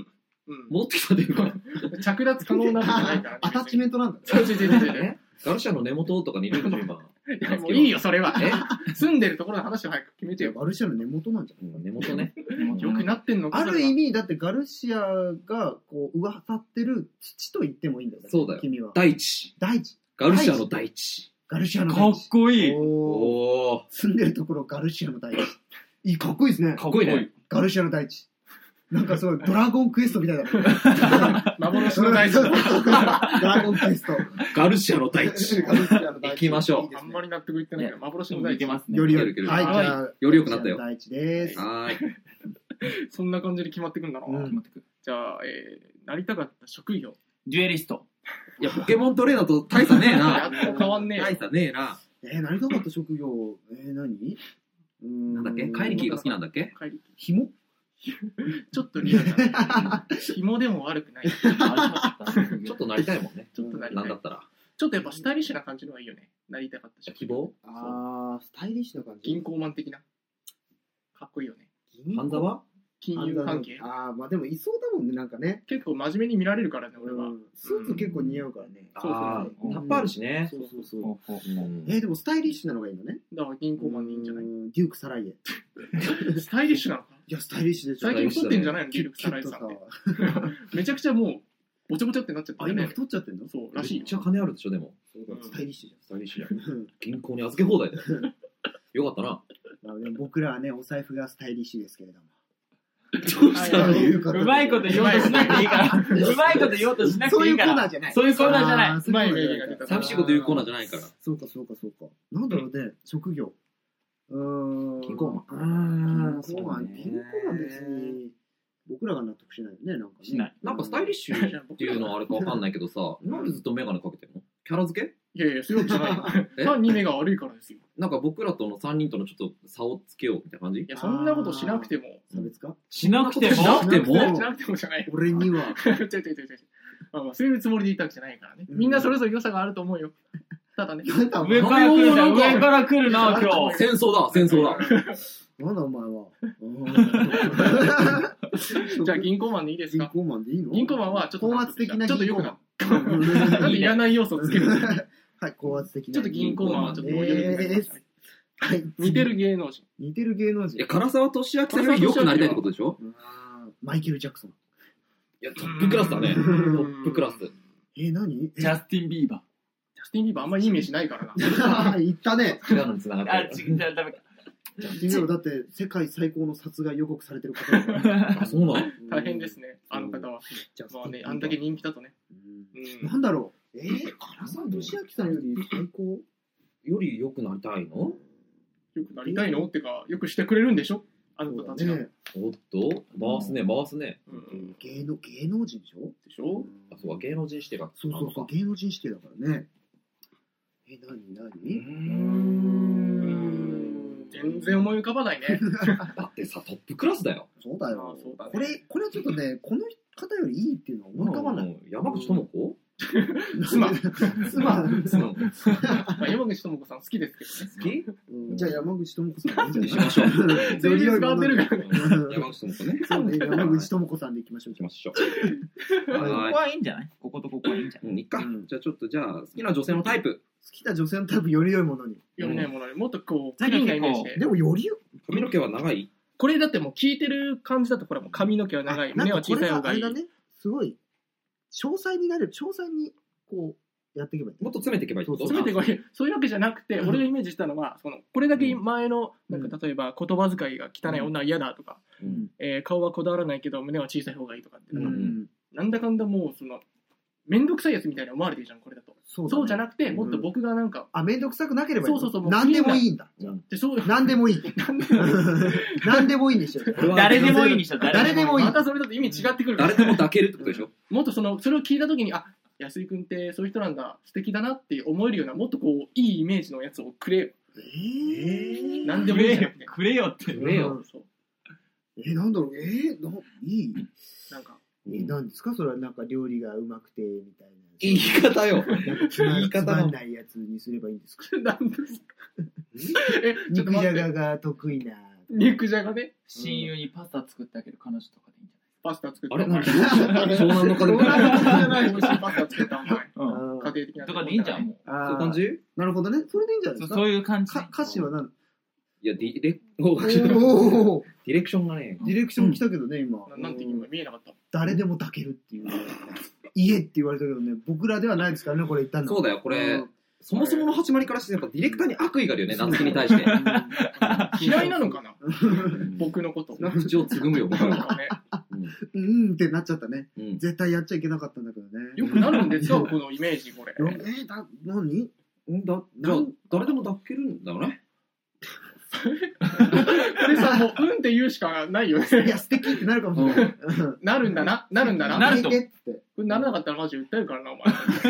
[SPEAKER 3] 戻ってきたというか。
[SPEAKER 4] ん。着脱可能なことじゃないから
[SPEAKER 2] あ。アタッチメントなんだ。
[SPEAKER 4] そう違う違う違う違う
[SPEAKER 3] えガルシャの根元とかにいるでしょ、今。
[SPEAKER 4] いやもういいよ、それは。
[SPEAKER 3] え
[SPEAKER 4] 住んでるところの話を早く決めてよ。
[SPEAKER 2] ガルシアの根元なんじゃ
[SPEAKER 3] う
[SPEAKER 2] なんい
[SPEAKER 3] 根元ね。
[SPEAKER 4] よくなってんのか
[SPEAKER 2] ある意味、だってガルシアが、こう、上渡ってる土と言ってもいいんだよね。
[SPEAKER 3] そうだよ
[SPEAKER 2] 君は。
[SPEAKER 3] 大地。
[SPEAKER 2] 大地。
[SPEAKER 3] ガルシアの大地。
[SPEAKER 2] ガルシアの
[SPEAKER 1] か
[SPEAKER 2] 大
[SPEAKER 1] っ
[SPEAKER 2] 地。
[SPEAKER 1] こいい。
[SPEAKER 2] おー
[SPEAKER 3] おー。
[SPEAKER 2] 住んでるところガルシアの大地。いい、かっこいいですね。
[SPEAKER 3] かっこいいね。
[SPEAKER 2] ガルシアの大地。なんかす ごい、ドラゴンクエストみたいだ。
[SPEAKER 4] 幻の大 地
[SPEAKER 2] ドラゴンクエスト。
[SPEAKER 3] ガルシアの大地。
[SPEAKER 2] ガルシアの大地
[SPEAKER 3] 行きましょう
[SPEAKER 2] いいで
[SPEAKER 4] あ
[SPEAKER 2] す
[SPEAKER 4] ん
[SPEAKER 2] ね
[SPEAKER 4] まり納得いってないけど、幻
[SPEAKER 1] い
[SPEAKER 4] の大
[SPEAKER 1] け
[SPEAKER 4] 地。
[SPEAKER 1] ますね。
[SPEAKER 2] よりよ
[SPEAKER 3] いけ
[SPEAKER 2] り。
[SPEAKER 3] る
[SPEAKER 2] はい、じゃあ、
[SPEAKER 3] より良くなったよ
[SPEAKER 2] ガルシアの大地です。
[SPEAKER 3] はーい。
[SPEAKER 4] そんな感じで決まってくんだな。
[SPEAKER 2] うん
[SPEAKER 1] 決まってくる
[SPEAKER 4] じゃあ、えー、なりたかった職業。
[SPEAKER 1] デュエリスト。
[SPEAKER 3] いや、ポケモントレーナーと大差ねえ
[SPEAKER 4] や
[SPEAKER 3] な。
[SPEAKER 4] っと変わんねえよ。
[SPEAKER 3] 大差ねえな。
[SPEAKER 2] えー、なりたかった職業、えー、何うーん
[SPEAKER 3] なんだっけカイリキーが好きなんだっけ
[SPEAKER 4] 帰り
[SPEAKER 2] 紐
[SPEAKER 4] ちょっとリアルな。紐でも悪くない。
[SPEAKER 1] あれだったね
[SPEAKER 3] ちょっとなりたいもんね。
[SPEAKER 4] ちょっとなりた
[SPEAKER 3] ないんだったら。
[SPEAKER 4] ちょっとやっぱスタイリッシュな感じの方がいいよね。なりたかった職業。
[SPEAKER 3] 希望
[SPEAKER 2] あー、スタイリッシュな感じ。
[SPEAKER 4] 銀行マン的な。かっこいいよね。
[SPEAKER 3] 半沢
[SPEAKER 4] 金融関係。
[SPEAKER 2] あー、まあでもいそうだもんね、なんかね。
[SPEAKER 4] 結構真面目に見られるからね、俺は。
[SPEAKER 2] うんスーツ結構似合うからね。
[SPEAKER 4] そうそう
[SPEAKER 3] あ
[SPEAKER 1] うん
[SPEAKER 3] ータッパあるしね。
[SPEAKER 2] そうそうそう。
[SPEAKER 1] ほうほうほう
[SPEAKER 2] えー、でもスタイリッシュなのがいいのね。
[SPEAKER 4] だから銀行マンでいいんじゃな
[SPEAKER 2] う
[SPEAKER 4] い
[SPEAKER 2] ーんデューク・サライエ。い
[SPEAKER 4] スタイリッシュなのか
[SPEAKER 2] や、スタイリッシュでしょ。
[SPEAKER 4] 最近太ってんじゃないの
[SPEAKER 2] キ
[SPEAKER 4] 重
[SPEAKER 2] ュッキュ
[SPEAKER 4] 力サ
[SPEAKER 2] ッ
[SPEAKER 4] ライ
[SPEAKER 2] と
[SPEAKER 4] さ
[SPEAKER 2] さ
[SPEAKER 4] んって。めちゃくちゃもう、ぼちゃぼちゃってなっちゃって
[SPEAKER 2] あ、
[SPEAKER 4] る
[SPEAKER 2] 今
[SPEAKER 4] ね。
[SPEAKER 2] 太っちゃってんの
[SPEAKER 4] そう、
[SPEAKER 3] め
[SPEAKER 4] らしい
[SPEAKER 3] っ
[SPEAKER 4] よ。
[SPEAKER 3] ちゃ金あるでしょ、でも。
[SPEAKER 4] だよ
[SPEAKER 2] スタイリッシュじ
[SPEAKER 3] 大事や
[SPEAKER 2] ゃん。うん
[SPEAKER 3] 銀行に預け放題だよ。 よかったな。
[SPEAKER 2] まあでも僕らはね、お財布がスタイリッシュですけれども。
[SPEAKER 3] どうした
[SPEAKER 4] は
[SPEAKER 3] の
[SPEAKER 4] い
[SPEAKER 2] 言うか
[SPEAKER 1] うまいこと言おうとしなくていいから。うまいこと言おうとしなく
[SPEAKER 2] そう
[SPEAKER 1] ていい
[SPEAKER 2] い
[SPEAKER 1] う
[SPEAKER 2] コ
[SPEAKER 1] か
[SPEAKER 2] ーナー
[SPEAKER 1] ら。
[SPEAKER 2] じゃない。
[SPEAKER 1] そういうコーナーじゃない。
[SPEAKER 2] あーそういうコーナーじゃな
[SPEAKER 4] うまい名言が出た
[SPEAKER 3] 寂しいこと言うコーナーじゃないから。
[SPEAKER 2] そうか、そうか、そうか。なんだろうね、職業。うーん。
[SPEAKER 3] キングオーマン
[SPEAKER 2] あー
[SPEAKER 3] キ
[SPEAKER 2] キ
[SPEAKER 3] ングオー
[SPEAKER 2] ングオー
[SPEAKER 3] マ
[SPEAKER 2] マ
[SPEAKER 3] ン
[SPEAKER 2] ン、
[SPEAKER 3] ね
[SPEAKER 2] キングオーマン別に、僕らが納得しないよね、なんかね。
[SPEAKER 1] しない。
[SPEAKER 3] なんかスタイリッシュっていうのはあれかわかんないけどさ、なんでずっとメガネかけてんのキャラ付け
[SPEAKER 4] いやいや、そういうわけじゃない
[SPEAKER 3] え
[SPEAKER 4] よ。単に目が悪いからですよ。
[SPEAKER 3] なんか僕らとの3人とのちょっと差をつけようみたいな感じ
[SPEAKER 4] いや、そんなことしなくても。
[SPEAKER 2] 差別化
[SPEAKER 1] しなくて
[SPEAKER 3] しな
[SPEAKER 1] も
[SPEAKER 3] くて
[SPEAKER 4] し
[SPEAKER 3] も
[SPEAKER 4] なくてもじゃない。
[SPEAKER 2] 俺には。
[SPEAKER 4] 違う違う違う違う違う。まあまあ、そういうつもりで言ったわけじゃないからね。みんなそれぞれ良さがあると思うよ。ただね。
[SPEAKER 2] なんだお前
[SPEAKER 1] 上から来るな、上から来るな、
[SPEAKER 4] 上から
[SPEAKER 1] 今日。
[SPEAKER 3] 戦争だ、戦争だ。
[SPEAKER 2] なんだお前は。うーん
[SPEAKER 4] じゃあ、銀行マンでいいです
[SPEAKER 2] 銀
[SPEAKER 4] か
[SPEAKER 2] 行マンでいいの
[SPEAKER 4] 銀行マンはちょっと。
[SPEAKER 2] 高圧的な
[SPEAKER 4] ちょっと
[SPEAKER 2] 銀
[SPEAKER 4] よ
[SPEAKER 2] 行
[SPEAKER 4] く
[SPEAKER 2] マ
[SPEAKER 4] な
[SPEAKER 2] ン
[SPEAKER 4] っ。た。なんでいらない要素をつける
[SPEAKER 2] はい、高圧的な。
[SPEAKER 4] ちょっと銀行マンはちょっと盛り上げてください。
[SPEAKER 2] はい。
[SPEAKER 4] 似て。る芸能人。
[SPEAKER 2] 似てる芸能
[SPEAKER 3] い
[SPEAKER 2] 人
[SPEAKER 3] や、。唐沢俊明さんより良くなりたいってことでしょ
[SPEAKER 2] うーんマイケル・ジャクソン。
[SPEAKER 3] いや、トップクラスだね。ト
[SPEAKER 4] うん
[SPEAKER 3] ップクラス。
[SPEAKER 2] えー、何
[SPEAKER 1] ジャスティン・ビーバ
[SPEAKER 4] ジャスティン・ビーバーあんまりいいイメージないから な。
[SPEAKER 2] 言った ね。
[SPEAKER 3] 違うのに繋が
[SPEAKER 1] ー。あ、
[SPEAKER 3] って
[SPEAKER 1] 違う、ダメ
[SPEAKER 2] 君らだって世界最高の殺害予告されてることだから
[SPEAKER 1] か。
[SPEAKER 3] る。あ、そうなの
[SPEAKER 4] 大変ですね、あの方は。
[SPEAKER 2] ジャスティ
[SPEAKER 4] まあ
[SPEAKER 2] ン
[SPEAKER 4] ね、あんだけ人気だとね。
[SPEAKER 2] うん
[SPEAKER 4] うん
[SPEAKER 2] なんだろう。えー、唐沢俊明さんより最高
[SPEAKER 3] より良くなりたいの
[SPEAKER 4] よくなりたいのってか、よくしてくれるんでしょあの
[SPEAKER 2] そう
[SPEAKER 4] 方
[SPEAKER 2] だ
[SPEAKER 4] たちが。
[SPEAKER 2] ね。
[SPEAKER 3] おっと回すね、回すね。
[SPEAKER 4] うん
[SPEAKER 2] 芸能、芸能人でしょ
[SPEAKER 4] でしょ
[SPEAKER 3] あ、そうか、芸能人指定が。
[SPEAKER 2] そうそうそう、芸能人指定だからね。え、なにな
[SPEAKER 3] う
[SPEAKER 2] に
[SPEAKER 4] うー
[SPEAKER 3] ん。
[SPEAKER 4] ん全然思い浮かばない ね。
[SPEAKER 3] だってさ、トップクラスだよ。
[SPEAKER 2] そうだ
[SPEAKER 4] あ
[SPEAKER 2] よ
[SPEAKER 4] ーそうだ。ね
[SPEAKER 2] これ、これはちょっとね、この方よりいいっていうのは思い浮かばない。
[SPEAKER 3] うん山口智子
[SPEAKER 4] 妻。
[SPEAKER 2] 妻。
[SPEAKER 3] 妻好
[SPEAKER 4] まあ山口智子さん好きですけどね。
[SPEAKER 3] き
[SPEAKER 2] うんじゃあ山口智子さんでいいん
[SPEAKER 3] に
[SPEAKER 2] じ
[SPEAKER 3] し
[SPEAKER 2] ゃない
[SPEAKER 3] ましょ う。
[SPEAKER 4] 全然変わってるからね。
[SPEAKER 3] うん山口智子ね。
[SPEAKER 2] そ うね、山口智子さんでいきましょう
[SPEAKER 3] 行き。ましょう。
[SPEAKER 1] こ
[SPEAKER 3] は
[SPEAKER 1] こ はいいんじゃないこことここはいいんじゃ
[SPEAKER 3] い。うん、いっか
[SPEAKER 2] うん。
[SPEAKER 3] じゃあちょっと、じゃあ、好きな女性のタイプ。
[SPEAKER 2] 好きな女性のタイプより良いものに。
[SPEAKER 4] 読めないものにもっとこう、
[SPEAKER 1] なん
[SPEAKER 4] ク
[SPEAKER 1] か
[SPEAKER 4] リ
[SPEAKER 1] 結
[SPEAKER 4] ー
[SPEAKER 1] 構
[SPEAKER 4] ンなイメージで
[SPEAKER 2] で。もより
[SPEAKER 3] 髪の毛は長い
[SPEAKER 4] これだってもう聞いてる感じだと、ほら、もう髪の毛は長い、
[SPEAKER 2] あなん
[SPEAKER 4] 胸は
[SPEAKER 2] かこ
[SPEAKER 4] 小
[SPEAKER 2] れ
[SPEAKER 4] さい方
[SPEAKER 2] があ
[SPEAKER 4] が
[SPEAKER 2] れ
[SPEAKER 4] いい
[SPEAKER 2] だ。ね、すごい、詳細になれる、詳細にこう、やっていけばいい。
[SPEAKER 3] もっと詰めていけばいいってこと
[SPEAKER 4] 詰めてこい。そういうわけじゃなくて、
[SPEAKER 2] うん
[SPEAKER 4] 俺がイメージしたのは、その、これだけ前の、
[SPEAKER 2] う
[SPEAKER 4] なんんか例えば言葉遣いが汚い女は嫌だとか、
[SPEAKER 3] うん
[SPEAKER 4] えー顔はこだわらないけど胸は小さい方がいいとかって、
[SPEAKER 2] う
[SPEAKER 3] うん
[SPEAKER 2] ん。
[SPEAKER 4] なんだかんだもう、その、めんどくさいやつみたいに思われてるじゃん、これだと。
[SPEAKER 2] そう
[SPEAKER 4] そうじゃ
[SPEAKER 2] な
[SPEAKER 4] なくて、もっと僕がなんか、
[SPEAKER 2] あ、めんどくさくなければいいの。
[SPEAKER 4] そうそうそうもう
[SPEAKER 2] 何でもいいんだ。
[SPEAKER 3] うん
[SPEAKER 4] で、そう、
[SPEAKER 2] 何でもい い。
[SPEAKER 4] なんで
[SPEAKER 2] 何でもいいんでしょ。
[SPEAKER 3] これは
[SPEAKER 1] 誰でもいいにしよう
[SPEAKER 2] 誰でもいい
[SPEAKER 4] またそれだと意味違ってくるから
[SPEAKER 3] 誰でも抱けるってことでしょ
[SPEAKER 4] もっとそのそれを聞いた時にあ安井君ってそういう人なんだ素敵だなって思えるようなもっとこういいイメージのやつをくれよ
[SPEAKER 2] えー
[SPEAKER 4] なんでも
[SPEAKER 1] く
[SPEAKER 4] いい
[SPEAKER 1] れ
[SPEAKER 4] じゃ
[SPEAKER 1] よ
[SPEAKER 4] んみたい、な
[SPEAKER 1] くれよって。
[SPEAKER 3] くれよ。
[SPEAKER 4] そう
[SPEAKER 2] えー、なんだろう、えー、ないい
[SPEAKER 4] なんか
[SPEAKER 2] えーなんですかそれはなんか料理がうまくて、みたいな。
[SPEAKER 3] 言い方よ。
[SPEAKER 2] なんかつま
[SPEAKER 3] 言い方
[SPEAKER 2] つ
[SPEAKER 3] が
[SPEAKER 2] まんないやつにすればいいんですか
[SPEAKER 4] なんですえちょっと
[SPEAKER 2] 肉じ
[SPEAKER 4] 待っ
[SPEAKER 2] ゃ
[SPEAKER 4] て
[SPEAKER 2] がが得意な。
[SPEAKER 4] 肉じゃがね
[SPEAKER 1] 親友にパスタ作ってあげる彼女とかでいいんじ
[SPEAKER 4] パスタ作った
[SPEAKER 3] あれなん
[SPEAKER 4] か
[SPEAKER 3] か湘南の
[SPEAKER 4] そん
[SPEAKER 3] 金
[SPEAKER 4] な
[SPEAKER 3] か
[SPEAKER 4] ことじゃない美味しいパスタ 作ったお前家
[SPEAKER 1] ゃない
[SPEAKER 2] あー
[SPEAKER 4] 庭的
[SPEAKER 1] う。
[SPEAKER 4] なん
[SPEAKER 1] とかでいいんじゃん、も
[SPEAKER 3] そういう
[SPEAKER 2] あ
[SPEAKER 3] 感
[SPEAKER 2] ー
[SPEAKER 3] じ
[SPEAKER 2] なるほどね。それでいいんじゃ
[SPEAKER 1] う。
[SPEAKER 2] ない
[SPEAKER 1] そうそ
[SPEAKER 2] です
[SPEAKER 1] う
[SPEAKER 2] か
[SPEAKER 1] いう感じ。
[SPEAKER 2] か歌詞は何
[SPEAKER 3] いや、ディレ、おかしいデ
[SPEAKER 2] おお
[SPEAKER 3] ィレクションがね、
[SPEAKER 2] ディレクション来たけどね、今。
[SPEAKER 4] ななんて今見えなかった
[SPEAKER 2] 誰でも抱けるっていう。家って言われたけどね、僕らではないですからね、これ言ったんだ。
[SPEAKER 3] そう
[SPEAKER 2] だ、
[SPEAKER 3] だよ、これ、そもそもの始まりからして、やっぱディレクターに悪意があるよね、夏希に対して。
[SPEAKER 4] 嫌いなのかな
[SPEAKER 3] うん
[SPEAKER 4] 僕のこと
[SPEAKER 3] なんか口をつぐむよ、僕
[SPEAKER 4] なん
[SPEAKER 3] は。
[SPEAKER 4] かね
[SPEAKER 2] うん、うんってなっちゃったね。
[SPEAKER 3] うん
[SPEAKER 2] 絶対やっちゃいけなかったんだけどね。
[SPEAKER 4] よくなるんですかこのイメージこれ
[SPEAKER 2] えー、だ、何
[SPEAKER 3] んだ、じゃあ、誰でも抱けるんだよね。
[SPEAKER 4] これさもう「うん」って言うしかないよね
[SPEAKER 2] いや、素敵ってなるかもしれない。うん
[SPEAKER 4] なるんだななるんだな
[SPEAKER 1] なると
[SPEAKER 2] えーって。
[SPEAKER 4] これならなかったらマジで訴えるからなお前
[SPEAKER 1] 訴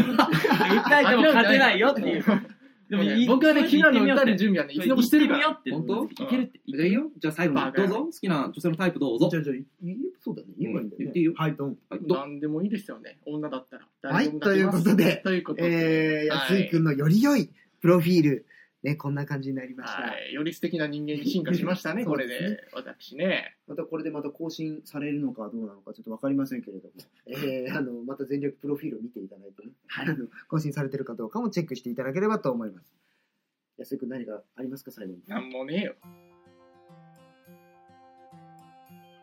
[SPEAKER 1] えても勝てないよっていう。でもいい、
[SPEAKER 4] 僕はね、君らの歌
[SPEAKER 1] で
[SPEAKER 4] の準備はね、い
[SPEAKER 1] い
[SPEAKER 4] つ
[SPEAKER 1] つ
[SPEAKER 4] で
[SPEAKER 1] で
[SPEAKER 4] も
[SPEAKER 1] も
[SPEAKER 4] し
[SPEAKER 1] してて
[SPEAKER 4] る
[SPEAKER 1] る
[SPEAKER 4] か。
[SPEAKER 1] からら。
[SPEAKER 2] 本
[SPEAKER 1] 本
[SPEAKER 2] 当
[SPEAKER 1] 当いけるって。
[SPEAKER 3] じゃあいいよ。じゃあ最後
[SPEAKER 4] バ
[SPEAKER 3] に、
[SPEAKER 4] カ
[SPEAKER 3] どう
[SPEAKER 4] 野郎
[SPEAKER 3] ぞ。好きな女性のタイプどうぞ
[SPEAKER 2] じ。ゃあ、じゃあ、言えそうだね。言えばいいんだ
[SPEAKER 3] うん
[SPEAKER 2] よ、ね
[SPEAKER 3] 言っていいよ
[SPEAKER 2] はい、どん。
[SPEAKER 3] はいど
[SPEAKER 4] 何でもいいですよね。女だったら。
[SPEAKER 2] はい、
[SPEAKER 4] 誰
[SPEAKER 2] と
[SPEAKER 4] で
[SPEAKER 2] いう
[SPEAKER 4] も抱
[SPEAKER 2] こ
[SPEAKER 4] けます
[SPEAKER 2] とで、
[SPEAKER 4] ということで。
[SPEAKER 2] えー、
[SPEAKER 4] はい
[SPEAKER 2] 安井くんのより良いプロフィール、ね、こんな感じになりました。
[SPEAKER 4] はい。より素敵な人間に進化しましたね、
[SPEAKER 2] そ
[SPEAKER 4] こ
[SPEAKER 2] う
[SPEAKER 4] れ
[SPEAKER 2] ですね
[SPEAKER 4] で。私ね。
[SPEAKER 2] またこれでまた更新されるのかどうなのかちょっとわかりませんけれども、え ー、あの、また全力プロフィールを見ていただいてね、あの更新されてるかどうかもチェックしていただければと思います。安井くん何かありますか、最後に。
[SPEAKER 4] なんもねえよ。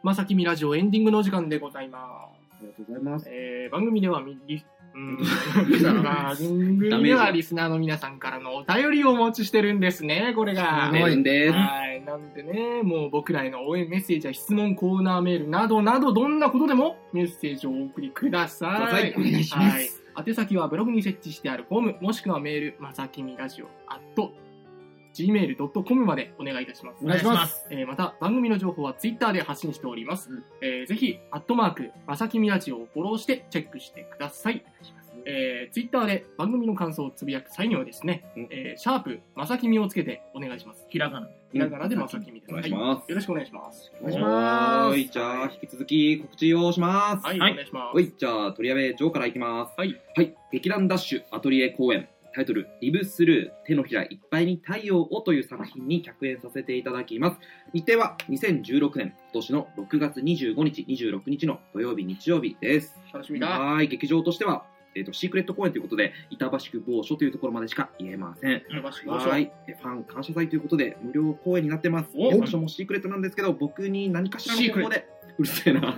[SPEAKER 4] まさきみラジオエンディングのお時間でございま。
[SPEAKER 2] ありがとうございますす。
[SPEAKER 4] えー、番組ではみ、リうー ん番組ではリスナーの皆さんからのお便りをお持ちしてるんですね、これが。
[SPEAKER 3] メールです。
[SPEAKER 4] はい。なんでね、もう僕らへの応援メッセージや質問、コーナーメールなどなど、どんなことでもメッセージをお送りく
[SPEAKER 3] く
[SPEAKER 4] だ
[SPEAKER 3] だ
[SPEAKER 4] さ
[SPEAKER 3] さ
[SPEAKER 4] い。
[SPEAKER 3] い
[SPEAKER 2] お願いします
[SPEAKER 4] はい。宛先はブログに設置してあるフォーム、もしくはメール、まさきみラジオ、アット、 gmail.com までお願いいたします。
[SPEAKER 1] お願いします。
[SPEAKER 4] えーまた、番組の情報は Twitter で発信しております。
[SPEAKER 3] うん
[SPEAKER 4] えーぜひ、アットマーク、まさきみラジオをフォローしてチェックしてください。えー、Twitter で番組の感想をつぶやく際にはですね、
[SPEAKER 3] うん
[SPEAKER 4] えーシャープ、まさきみをつけてお願いします。
[SPEAKER 1] ひらがな。
[SPEAKER 4] ひらがなでまさきみです。
[SPEAKER 3] お願い
[SPEAKER 4] は
[SPEAKER 3] し
[SPEAKER 4] いよ
[SPEAKER 3] ます。
[SPEAKER 4] ろしくお願いします。
[SPEAKER 2] お願いします
[SPEAKER 3] はーい、じゃあ、引き続き告知をします。
[SPEAKER 4] はい、お
[SPEAKER 1] はい
[SPEAKER 4] 願いしま
[SPEAKER 3] はい、じゃあ、取り上げ、ジョーからいきます。
[SPEAKER 4] はい。
[SPEAKER 3] はい、劇団ダッシュアトリエ公演、タイトル、リブスルー、手のひらいっぱいに太陽をという作品に客演させていただきます。日程は2016年、今年の6月25日、26日の土曜日、日曜日です。
[SPEAKER 4] す。楽しみだ。
[SPEAKER 3] はーい、劇場としては、えっ、と、シークレット公演ということで、板橋区某所というところまでしか言えません。
[SPEAKER 4] よろしくお願いしま
[SPEAKER 3] は
[SPEAKER 4] す
[SPEAKER 3] い、えファン感謝祭ということで無料公演になってます。
[SPEAKER 4] お
[SPEAKER 3] 場所もシークレットなんですけど、僕に何かしらの方法で、うるせえな。
[SPEAKER 4] は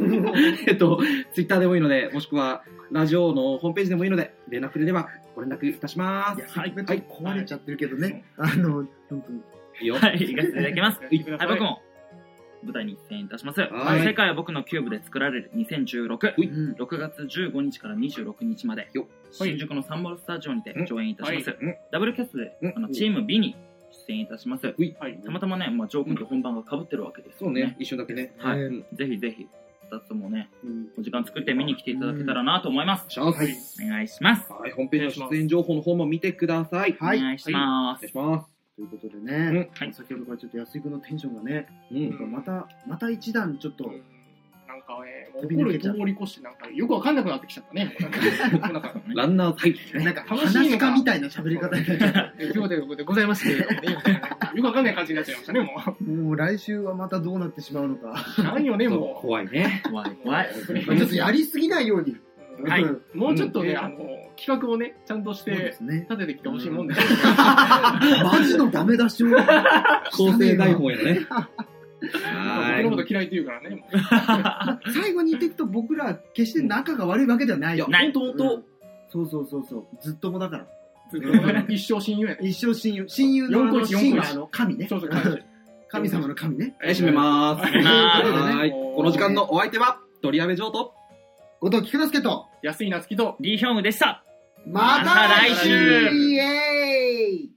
[SPEAKER 3] えっと、ツイッターでもいいので、もしくはラジオのホームページでもいいので、連絡くれればご連絡いたしま
[SPEAKER 2] い
[SPEAKER 3] す
[SPEAKER 2] や。
[SPEAKER 1] はい
[SPEAKER 2] ちょっと壊れちゃってるけどね、あの、本当に
[SPEAKER 3] いいよ。
[SPEAKER 1] はい、行かせていただきます。
[SPEAKER 4] い。
[SPEAKER 1] はい、僕も舞台に出演いたします。
[SPEAKER 3] はい
[SPEAKER 1] 世界は僕のキューブで作られる2016。
[SPEAKER 3] ほい
[SPEAKER 2] うん
[SPEAKER 1] 6月15日から26日まで
[SPEAKER 3] よ
[SPEAKER 1] 新宿のサンボルスタジオにて上演いたします、
[SPEAKER 3] うんはい
[SPEAKER 1] ダブルキャストで
[SPEAKER 3] うん
[SPEAKER 1] あのチーム B に出演いたします
[SPEAKER 3] ほい
[SPEAKER 4] はい
[SPEAKER 1] たまたまね、まあ、ジョー君と本番がかぶってるわけです
[SPEAKER 3] そ
[SPEAKER 1] よ
[SPEAKER 3] うね、一瞬だけね。
[SPEAKER 1] はい、
[SPEAKER 2] うん
[SPEAKER 1] ぜひぜひ2つともね
[SPEAKER 3] うん
[SPEAKER 1] お時間作って見に来ていただけたらなと思います、
[SPEAKER 3] シャンス。
[SPEAKER 4] は
[SPEAKER 3] はいい、
[SPEAKER 1] お願いします、
[SPEAKER 3] ホームページの出演情報の方も見てください。
[SPEAKER 2] はい
[SPEAKER 1] お願いしま
[SPEAKER 3] お
[SPEAKER 1] す
[SPEAKER 3] 願いしま
[SPEAKER 2] ということでね、
[SPEAKER 1] うんはい
[SPEAKER 2] 先ほどからちょっと安井君のテンションがね、
[SPEAKER 3] す。うん。
[SPEAKER 2] また、また一段ちょっと、
[SPEAKER 4] なんかね、
[SPEAKER 2] 飛び抜
[SPEAKER 4] 怒
[SPEAKER 2] け
[SPEAKER 4] る
[SPEAKER 2] ち
[SPEAKER 4] 通
[SPEAKER 2] ゃう
[SPEAKER 4] り越して、なんかよくわかんなくなってきちゃっ たね。なんか
[SPEAKER 3] ランナータイ
[SPEAKER 2] なんか、
[SPEAKER 4] 楽しい
[SPEAKER 2] 話
[SPEAKER 4] の
[SPEAKER 2] し
[SPEAKER 4] か
[SPEAKER 2] 家みたいな喋り方になっちゃった
[SPEAKER 4] ということで、ございますけれどもね、みたいなよくわかんない感じになっちゃいましたね、も
[SPEAKER 2] もう来週はまたどうなってしまうの か。
[SPEAKER 4] う。なんよね、もう。
[SPEAKER 3] 怖 いね。
[SPEAKER 1] 怖い怖い
[SPEAKER 2] ちょっとやりすぎないように。
[SPEAKER 1] はい
[SPEAKER 2] うん
[SPEAKER 4] もうちょっと
[SPEAKER 3] う
[SPEAKER 4] ね、
[SPEAKER 3] ん
[SPEAKER 4] あの、企画をね、ちゃんとし
[SPEAKER 2] そうで
[SPEAKER 4] て
[SPEAKER 2] すね。
[SPEAKER 4] 立ててきてほしいもんです。
[SPEAKER 2] マジのダメ出しを。
[SPEAKER 3] 構成台本やね。は
[SPEAKER 4] 僕のこ
[SPEAKER 3] ーい。
[SPEAKER 4] と嫌いって言うからね、も
[SPEAKER 2] 最後に言っていくと僕ら決して仲が悪いわけではない
[SPEAKER 3] いや、
[SPEAKER 2] よ。
[SPEAKER 1] ない
[SPEAKER 3] ほんとほんと。
[SPEAKER 2] そうそうそうそう。ずっともだから。
[SPEAKER 4] うずっと一生親友やね。
[SPEAKER 2] 一生親友。親友のあの
[SPEAKER 4] 四個一四個一
[SPEAKER 2] 神はあの神ね
[SPEAKER 4] そうそう、感じ。
[SPEAKER 2] 神様の神ね。
[SPEAKER 3] はい、閉めます。は
[SPEAKER 1] めます
[SPEAKER 3] ーい。この時間のお相手は、鳥矢部城と、
[SPEAKER 2] 後藤菊之助と、
[SPEAKER 4] 安い夏希と、
[SPEAKER 1] リーヒョンウでした
[SPEAKER 2] ま
[SPEAKER 1] また来週
[SPEAKER 2] イエーイ